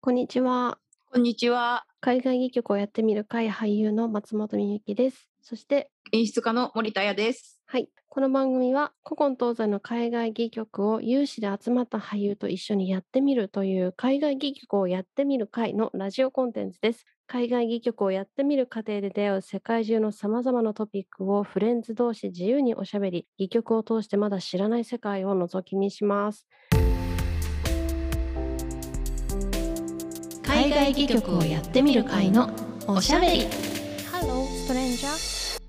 こんにちは。こんにちは。海外戯曲をやってみる会俳優の松本美由です。そして、演出家の森田彩です。はい。この番組は古今東西の海外戯曲を有志で集まった俳優と一緒にやってみるという海外戯曲をやってみる会のラジオコンテンツです。海外戯曲をやってみる過程で出会う世界中の様々なトピックをフレンズ同士自由におしゃべり、戯曲を通してまだ知らない世界を覗き見します。海外戯曲をやってみる会のおしゃべり Hello, stranger.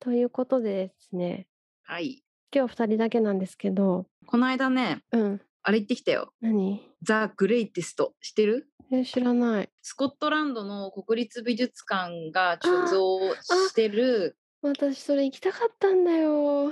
ということでですね、はい。今日二人だけなんですけど、この間ね、うん、あれ行ってきたよ。何ザ・グレイテスト。してるえ知らない。スコットランドの国立美術館が貯蔵してる。私それ行きたかったんだよ。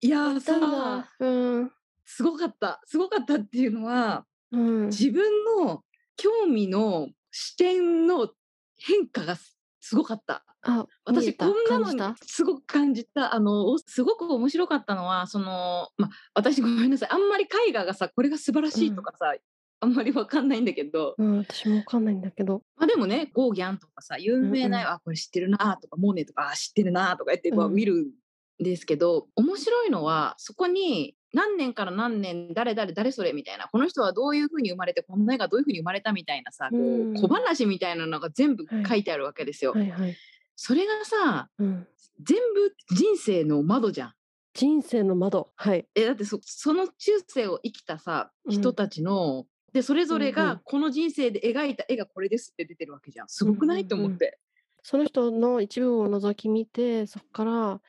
いやーたさだ、、うん、すごかった。すごかったっていうのは、うん、自分の興味の視点の変化がすすごかった。あ、見え私こたんな感のじにたすごく感じたあのおすごく面白かったのはその、ま、私ご めんなさいあんまり絵画がさこれが素晴らしいとかさ、あんまりわかんないんだけど、うん、私もわかんないんだけど、まあ、でもねゴーギャンとかさ有名な、うんあこれ知ってるなとかモネとかあ知ってるなとか言ってこううん見るんですけど、面白いのはそこに何年から何年誰誰誰それみたいなこの人はどういうふうに生まれてこの絵がどういうふうに生まれたみたいなさ、こううん小話みたいなのが全部はい書いてあるわけですよ。はいはい、それがさうん、全部人生の窓じゃん。人生の窓、はい、えだってそその中世を生きたさうん人たちの、でそれぞれうんうんがこの人生で描いた絵がこれですって出てるわけじゃんすごくない、うんとうんうん思ってその人の一部を覗き見て、そこから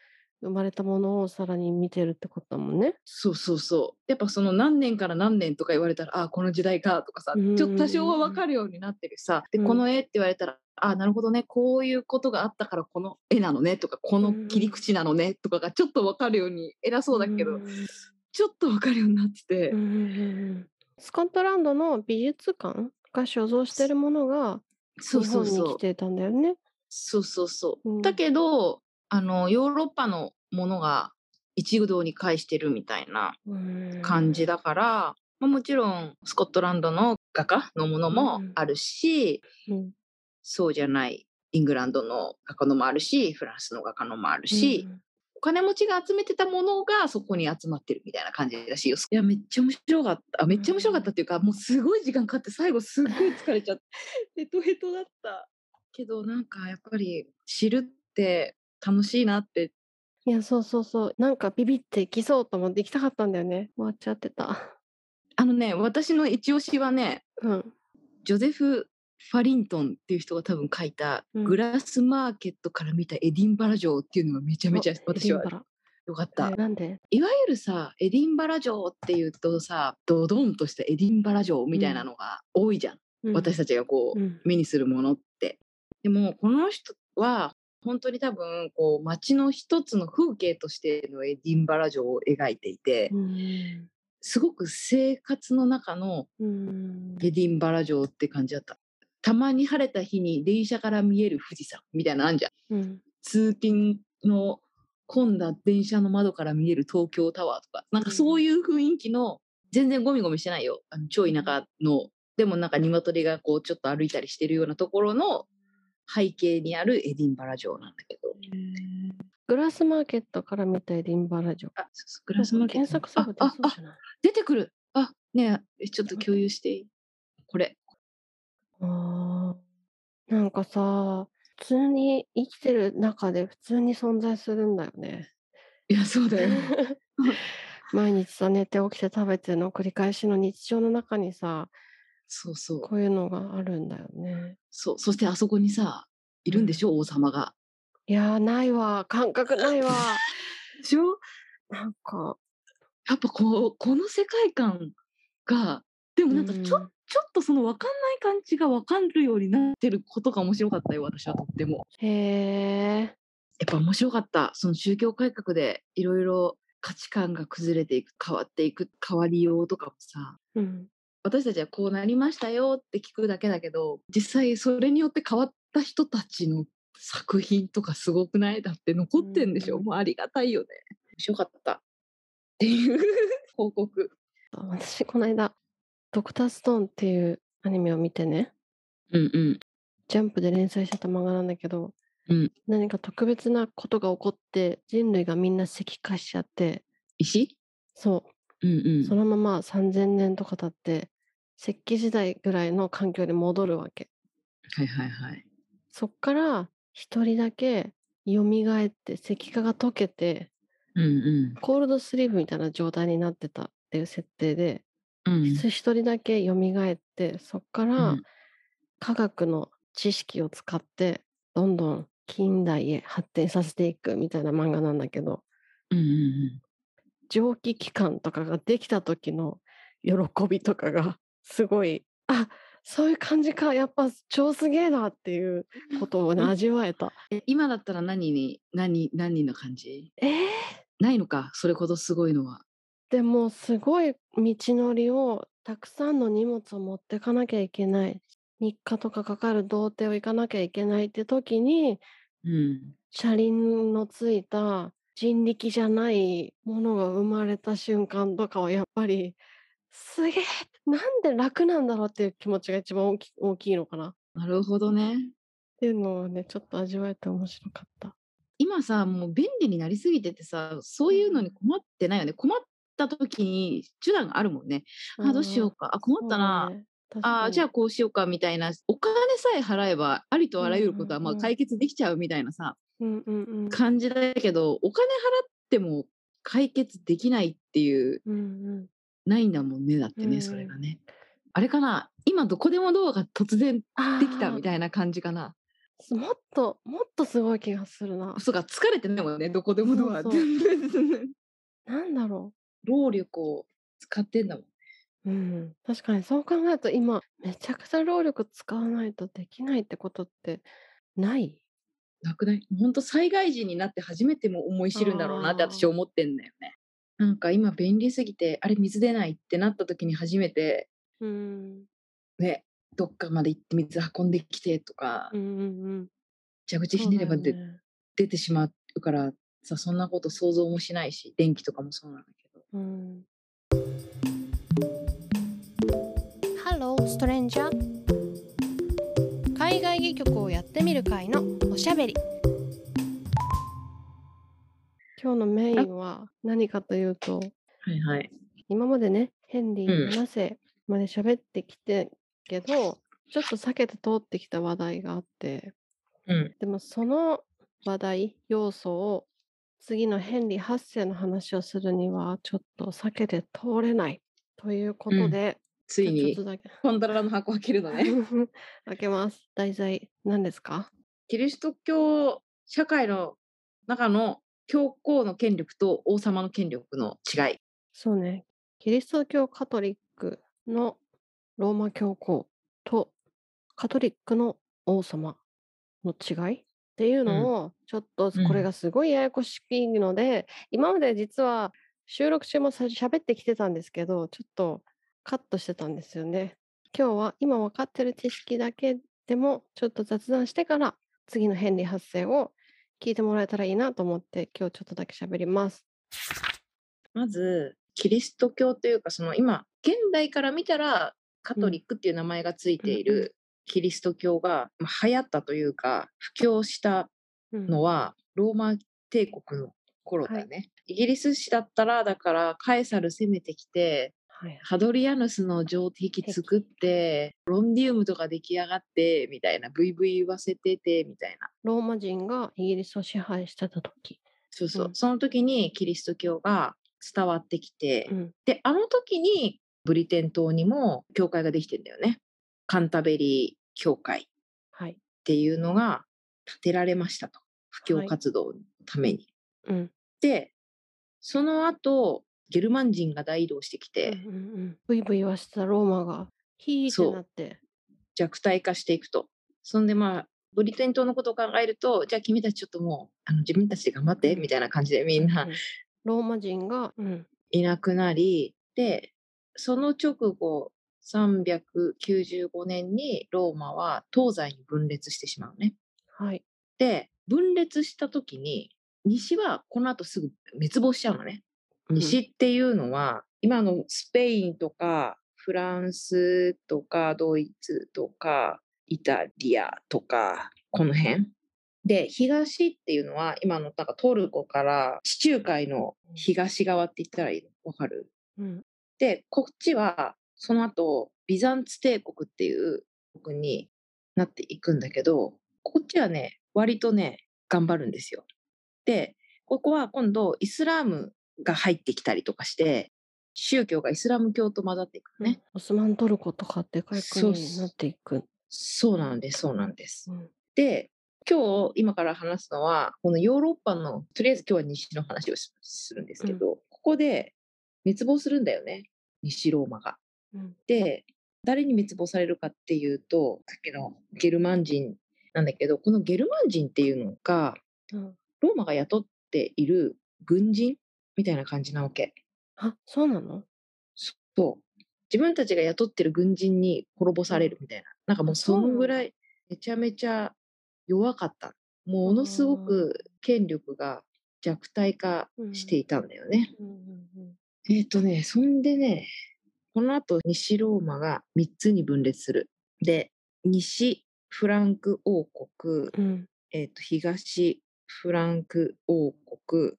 生まれたものをさらに見てるってことだもんね。そうそうそうやっぱその何年から何年とか言われたらあーこの時代かとかさうんうんうんちょっと多少は分かるようになってるしさでうんこの絵って言われたらあーなるほどねこういうことがあったからこの絵なのねとかこの切り口なのねとかがちょっと分かるように偉そうだけど、うんちょっと分かるようになってて、うんうんうんうんスコットランドの美術館が所蔵してるものがそう日そ本うにそう来てたんだよね。そうそうそう。うんだけどあのヨーロッパのものが一堂に会してるみたいなうん感じだから、まあ、もちろんスコットランドの画家のものもうんあるし、うんそうじゃないイングランドの画家のもあるしフランスの画家のもあるし、うんお金持ちが集めてたものがそこに集まってるみたいな感じらしいよ。いやめっちゃ面白かったあめっちゃ面白かったっていうか、もうすごい時間かかって最後すっごい疲れちゃって ヘトヘトだったけどなんかやっぱり知るって楽しいなっていやそうそうそうなんかビビって行きそうと思って行きたかったんだよね終わっちゃってた。 あのね私の一押しはねうん、ジョゼフ・ファリントンっていう人が多分書いた「うんグラスマーケットから見たエディンバラ城」っていうのがめちゃめちゃお私エはディンバ良かっラたえ。なんでいわゆるさエディンバラ城っていうとさドドンとしたエディンバラ城みたいなのが多いじゃん、私たちがこう、うん目にするものって。でもこの人は本当に多分こう街の一つの風景としてのエディンバラ城を描いていてうんすごく生活の中のうんエディンバラ城って感じだった。たまに晴れた日に電車から見える富士山みたいなのあんじゃん。うん通勤の混んだ電車の窓から見える東京タワーとかなんかそういう雰囲気の全然ゴミゴミしてないよあの超田舎のでもなんか鶏がこうちょっと歩いたりしてるようなところの背景にあるエディンバラ城なんだけどグラスマーケットから見たエディンバラ城。あそうそうグラスマーケッ検ト索すれば出あそうああじゃない出てくるあねえちょっと共有していいこれあーなんかさ普通に生きてる中で普通に存在するんだよね。いやそう だよ毎日さ寝て起きて食べての繰り返しの日常の中にさそうそうこういうのがあるんだよね。そうそしてあそこにさいるんでしょ王様がいやーないわ感覚ないわでしょなんかやっぱこうこの世界観がでもなんかちょ,、うんちょっとその分かんない感じが分かるようになってることが面白かったよ私はとっても。へえやっぱ面白かったその宗教改革でいろいろ価値観が崩れていく変わっていく変わりようとかもさうん私たちはこうなりましたよって聞くだけだけど実際それによって変わった人たちの作品とかすごくないだって残ってんでしょ、うんもうありがたいよね。面白かったっていう報告。私この間ドクターストーンっていうアニメを見てね、うんうん。ジャンプで連載してた漫画なんだけど、うん何か特別なことが起こって、人類がみんな石化しちゃって、石そう、うんうん。そのまま3000年とか経って石器時代ぐらいの環境に戻るわけはいはいはい。そっから一人だけ蘇って石化が溶けてうんうん。コールドスリープみたいな状態になってたっていう設定でうん一、人だけ蘇ってそっかうらん科学の知識を使ってどんどん近代へ発展させていくみたいな漫画なんだけどうんうん蒸気機関とかができた時の喜びとかがすごいあそういう感じかやっぱ超すげえなっていうことをね味わえたえ今だったら何に何何の感じえー、ないのかそれほどすごいのは。でもすごい道のりをたくさんの荷物を持ってかなきゃいけない3日とかかかる童貞を行かなきゃいけないって時にうん。車輪のついた人力じゃないものが生まれた瞬間とかはやっぱりすげえなんで楽なんだろうっていう気持ちが一番大き大きいのかなっなるほどね。ていうのをねちょっと味わえて面白かった。今さもう便利になりすぎててさそういうのに困ってないよね困った時に手段があるもんね。あどうしようかあ困ったな。あーじゃあこうしようかみたいなお金さえ払えばありとあらゆることはまうんうんうあん解決できちゃうみたいなさうんうんうん感じだけどお金払っても解決できないっていううんうんないんだもんねだってうねんそれがね。あれかな今どこでもドアが突然できたいみたいな感じかな。なもっともっとすごい気がするなそうか疲れてないもんねどこでもドア。そうそう労なんだろ力を使ってんだもん。う、うん、確かにそう考えると今めちゃくちゃ労力使わないとできないってことってないなくない本当災害時になって初めても思い知るんだろうなってあー私思ってんだよね。なんか今便利すぎてあれ水出ないってなった時に初めてうんねどっかまで行って水運んできてとかうんうんうん蛇口ひねればそうだで、よね出てしまうからさそんなこと想像もしないし電気とかもそうなんだけどうん、 Hello, Stranger 海外戯曲をやってみる会のおしゃべり今日のメインは何かというとはいはい今までねヘンリうんー7世まで喋ってきてけど、ちょっと避けて通ってきた話題があってうんでもその話題要素を次のヘンリー8世の話をするにはちょっと避けて通れないということで、ついちょっにとだけパンダラの箱開けるのね 開けます題材何ですか キリスト教社会の中の教皇の権力と王様の権力の違いそうね。キリスト教カトリックのローマ教皇とカトリックの王様の違いっていうのを、ちょっとうんこれがすごいややこしいので、今まで実は収録中もさ喋ってきてたんですけど、ちょっとカットしてたんですよね。今日は今分かってる知識だけでもちょっと雑談してから次のヘンリー発生を聞いてもらえたらいいなと思って今日ちょっとだけ喋ります。まずキリスト教というかその今現代から見たらカトリックっていう名前がついていうんうんるキリスト教がまあ流行ったというか布教したうんのはローマ帝国の頃だよね、イギリス史だったらだからカエサル攻めてきてはいハドリアヌスの城壁作ってロンディウムとか出来上がってみたいなブイブイ言わせててみたいなローマ人がイギリスを支配してた時。そうそう、うんその時にキリスト教が伝わってきて、うん、であの時にブリテン島にも教会ができてんだよねカンタベリー教会っはい。ていうのが建てられましたと布教活動のために、うん。でその後ゲルマン人が大移動してきうんうんてうん。ブイブイ言わしてたローマが、ヒーっそうてなって。弱体化していくとそんでまあブリテン島のことを考えるとじゃあ君たちちょっともうあの自分たちで頑張ってみたいな感じでみんなうんローマ人が、うん。いなくなりでその直後395年にローマは東西に分裂してしまうね。はい。で分裂した時に西はこの後すぐ滅亡しちゃうのね。うん西っていうのは今のスペインとかフランスとかドイツとかイタリアとかこの辺で東っていうのは今のなんかトルコから地中海の東側って言ったらいいのわかるうんでこっちはその後ビザンツ帝国っていう国になっていくんだけどこっちはね割とね頑張るんですよ。でここは今度イスラームが入ってきたりとかして宗教がイスラム教と混ざっていくのね。オスマントルコとかでかいそうっ国すになっていく。そうなんですそうなんです。うんで今日今から話すのはこのヨーロッパのとりあえず今日は西の話をしするんですけど、ここで滅亡するんだよね西ローマが。うんで誰に滅亡されるかっていうとさっきのゲルマン人なんだけどこのゲルマン人っていうのがうんローマが雇っている軍人みたいな感じなわけ。あそうなのそう自分たちが雇ってる軍人に滅ぼされるみたいななんかもうそのぐらいめちゃめちゃ弱かったもうものすごく権力が弱体化していたんだよね。うんうんえっ、とね、そんでね、この後西ローマが3つに分裂する。で、西フランク王国、うんえっ、と、東フランク王国、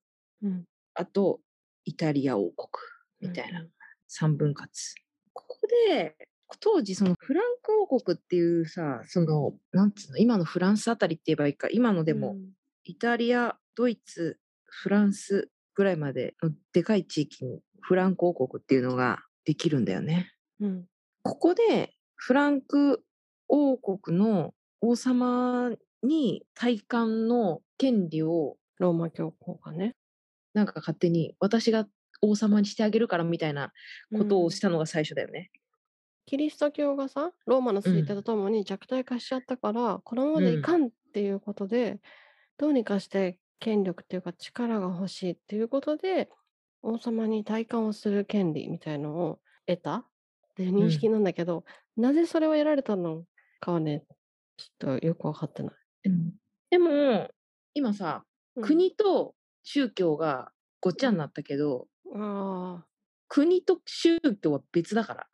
うんあとイタリア王国みたいな3分割。ここで、当時そのフランク王国っていうさ、その、なんつうの、今のフランスあたりって言えばいいか、今のでも、うんイタリア、ドイツ、フランスぐらいまでのでかい地域にフランク王国っていうのができるんだよね。うんここでフランク王国の王様に体感の権利をローマ教皇がね。なんか勝手に私が王様にしてあげるからみたいなことをしたのが最初だよね。キリスト教がさローマの衰退とともに弱体化しちゃったから、このままでいかんっていうことで、どうにかして権力っていうか力が欲しいっていうことで王様に戴冠をする権利みたいのを得たっていう認識なんだけど、なぜそれを得られたのかはねちょっとよくわかってない。でも今さ、国と宗教がごっちゃになったけど、あ国と宗教は別だから。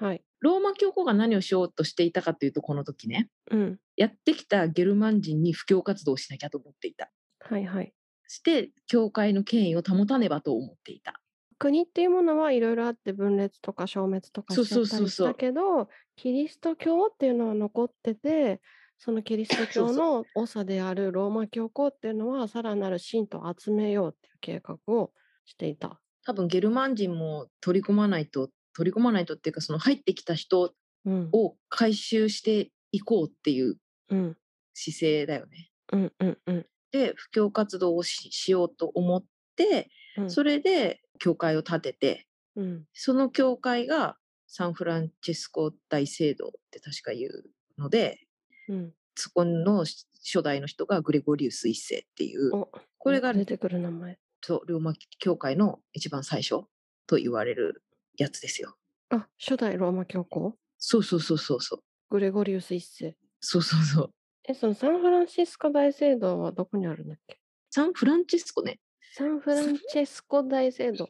あはい。ローマ教皇が何をしようとしていたかというとこの時ねうん。やってきたゲルマン人に布教活動をしなきゃと思っていたはいはい。して教会の権威を保たねばと思っていた国っていうものはいろいろあって分裂とか消滅とかそうしちゃそうったそうりしそうたけどキリスト教っていうのは残っててそのキリストそ教うの長であるローマ教皇っていうのはさらなる信徒を集めようっていう計画をしていた。多分ゲルマン人も取り込まないと取り込まないとっていうかその入ってきた人うん、を回収していこうっていううん姿勢だよね。うんうんうんで布教活動をししようと思ってうんそれで教会を建ててうんその教会がサンフランチェスコ大聖堂って確か言うのでうんそこのし初代の人がグレゴリウス一世っていうおこれが出てくる名前。そうローマ教会の一番最初と言われるやつですよ。あ初代ローマ教皇そうそうそうそうそうグレゴリウス一世。そうそうそうえそのサンフランシスコ大聖堂はどこにあるんだっけサンフランチェスコ ね。サンフランチェスコ大聖堂。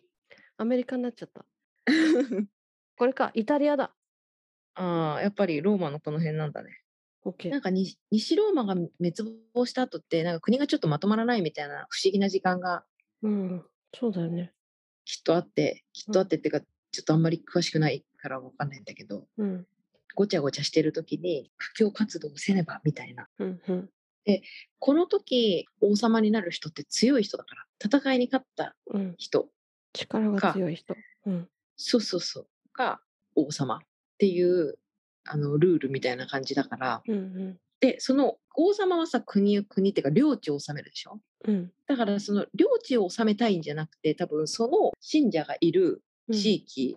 アメリカになっちゃった。これか、イタリアだ。ああやっぱりローマのこの辺なんだね。な OK ん。かに西ローマが滅亡した後ってなんか国がちょっとまとまらないみたいな不思議な時間がうん。そうだよね。きっとあってきっとあってっていうかちょっとあんまり詳しくないからわかんないんだけどうん。ごちゃごちゃしてる時に布教活動をせねばみたいなうん。うん。この時王様になる人って強い人だから戦いに勝ったうん。人力がか強い人。うん。そうそうそうが王様っていうあのルールみたいな感じだからうん。でその王様はさ国国っていうか領地を治めるでしょうん。だからその領地を治めたいんじゃなくて多分その信者がいるうん。地域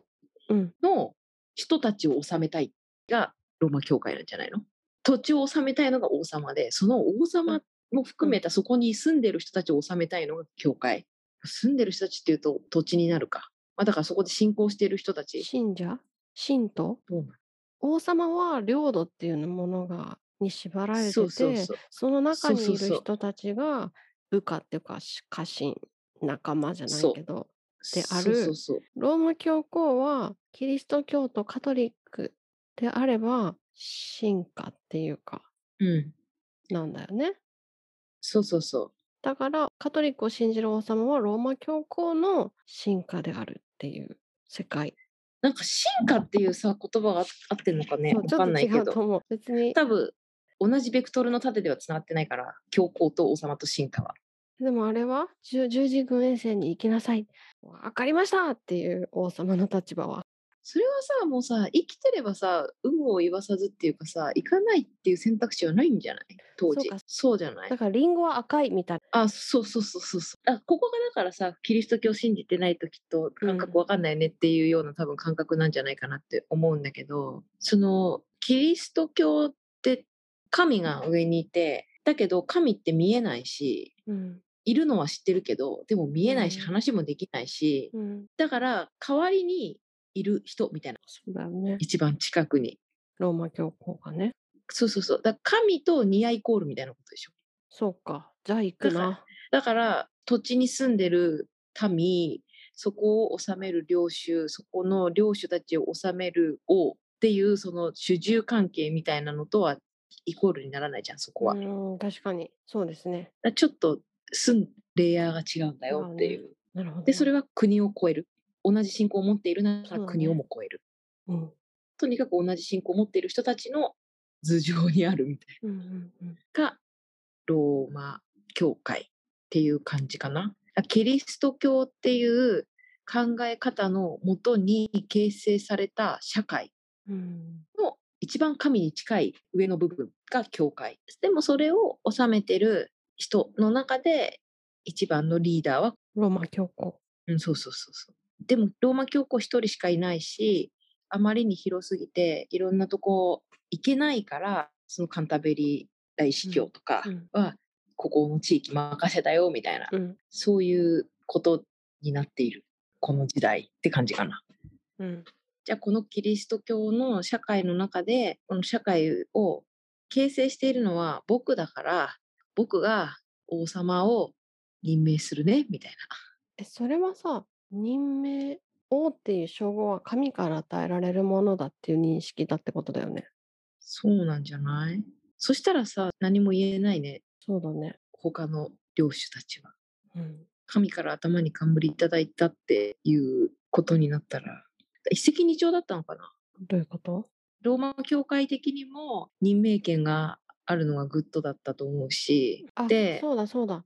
うん。の人たちを治めたいがローマ教会なんじゃないの土地を治めたいのが王様でその王様も含めたそこに住んでる人たちを治めたいのが教会住んでる人たちっていうと土地になるか、まあ、だからそこで信仰している人たち信者信徒どうなの王様は領土っていうものが、に縛られてて、そそうそうそうの中にいそうるそうそう人たちが、部下っていうか、し家臣、仲間じゃないけど、であそうそるうそうローマ教皇はキリスト教徒カトリックであれば進化っていうかうんなんだよね。そうそうそうだからカトリックを信じる王様はローマ教皇の進化であるっていう世界。なんか進化っていうさ言葉があ合ってんのかねそわうちょかんっとない違けうとど思う。別に多分同じベクトルの盾ではつながってないから教皇と王様と進化はでもあれは十十字軍衛星に行きなさい。わかりましたっていう王様の立場は。それはさもうさ生きてればさ有無を言わさずっていうかさ行かないっていう選択肢はないんじゃない当時そうかそうじゃないだからリンゴは赤いみたいあ、そうそうそうそうそう。あ、ここがだからさ、キリスト教信じてないときっと感覚わかんないよねっていうような多分感覚なんじゃないかなって思うんだけど、そのキリスト教って神が上にいて、だけど神って見えないし、な。うん。いるのは知ってるけど、でも見えないしうん話もできないし、うん。だから代わりにいる人みたいな、そうだよね。一番近くに。ローマ教皇がね。そうそうそう。だから神とニアイコールみたいなことでしょ。そうか。じゃあ行くだかな。だから土地に住んでる民そこを治める領主そこの領主たちを治める王っていうその主従関係みたいなのとはイコールにならないじゃんそこは。うだかん、確かに。そうですね。らちょっと住んレイヤーが違うんだよっていう。なるほど、ね。でそれは、は国を超える同じ信仰を持っているなそうだらね国をも超える。うん。とにかく同じ信仰を持っている人たちの頭上にあるみたいうんうんうん。なのがローマ教会っていう感じかな。キリスト教っていう考え方のもとに形成された社会うん。の一番神に近い上の部分が教会。でもそれを治めてる人の中で一番のリーダーは、ローマ教皇。うん、そうそうそうそう。でもローマ教皇一人しかいないし、あまりに広すぎていろんなとこ行けないから、そのカンタベリー大司教とかうん。は、ここの地域任せたよみたいなうん。そういうことになっている、この時代って感じかな。うん。じゃあ、このキリスト教の社会の中で、この社会を形成しているのは僕だから、僕が王様を任命するね、みたいえ、それはさ、任命、王っていう称号は神から与えられるものだっていう認識だってことだよね。な。そうなんじゃないそしたらさ、何も言えないね、そうだね。他の領主たちは。うん。神から頭に冠いただいたっていうことになったら、一石二鳥だったのかなどういうことローマ教会的にも任命権があるのがグッドだったと思うしあ、でそうだそうだ。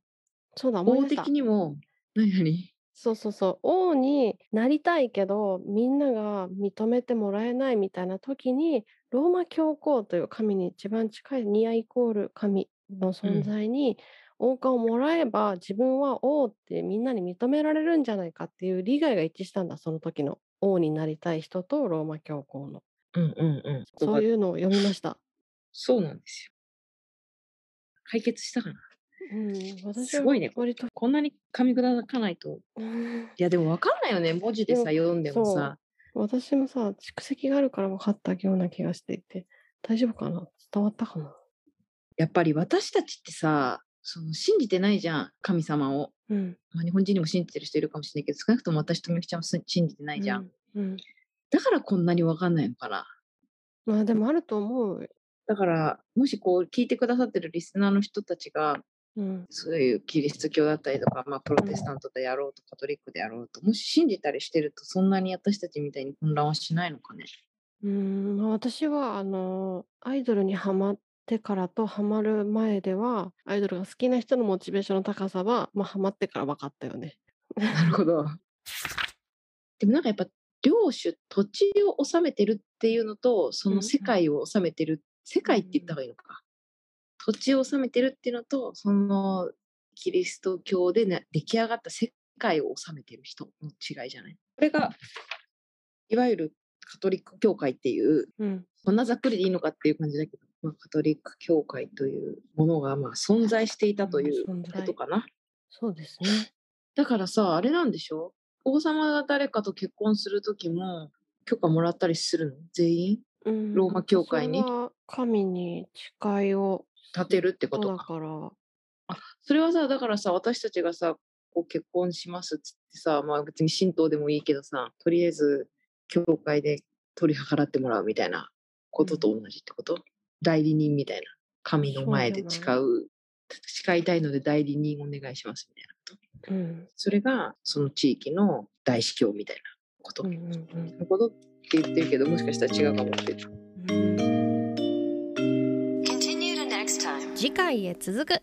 そうだ、思い法出した的。にも何何そうそうそう。王になりたいけど、みんなが認めてもらえないみたいな時に、ローマ教皇という神に一番近いニアイコール神の存在に、王冠をもらえば自分は王ってみんなに認められるんじゃないかっていう利害が一致したんだ、その時の。王になりたい人とローマ教皇の。うんうんうんそうういうのを読みま した。そうなんですよ解決したかなうん、私すはごいね割と。こんなに噛み砕かないといやでも分かんないよね文字でさで読んでもさ 私もさ、蓄積があるから分かったような気がしていて、大丈夫かな伝わったかなやっぱり私たちってさその信じてないじゃん神様を、うん。まあ、日本人にも信じてる人いるかもしれないけど少なくとも私とみゆきちゃんは信じてないじゃん、うん。うんだからこんなに分かんないのかなまあでもあると思う。だからもしこう聞いてくださってるリスナーの人たちがうん。そういうキリスト教だったりとか、まあ、プロテスタントであろうとカトリックであろうともし信じたりしてるとそんなに私たちみたいに混乱はしないのかね。うん、まあ私は、あの、アイドルにハマってからとハマる前では、アイドルが好きな人のモチベーションの高さは、まあハマってから分かったよね。なるほど。でもなんかやっぱ領主土地を治めてるっていうのとそうんうのん世界を治めてる世界って言った方がいいのか。土地を治めてるっていうのとそのキリスト教で、ね、出来上がった世界を治めてる人の違いじゃないこれがいわゆるカトリック教会っていううん。こんなざっくりでいいのかっていう感じだけど、まあ、カトリック教会というものがまあ存在していたといううん存在ことかな。そうですね。だからさ、あれなんでしょ王様が誰かと結婚するときも許可もらったりするの全員うん、ローマ教会にそれは神に誓いを立てるってことだか。から、それはさ、だからさ、私たちがさ、ここう結婚しますっつってさ、まあ別に神道でもいいけどさ、とりあえず教会で取り払ってもらうみたいなことと同じってこと、代理人みたいな。神の前で誓う、誓いたいので代理人お願いしますみたいなこと。うんそれがその地域の大司教みたいなこと。うんうんうんのことって言ってるけど、もしかしたら違うかもって。次回へ続く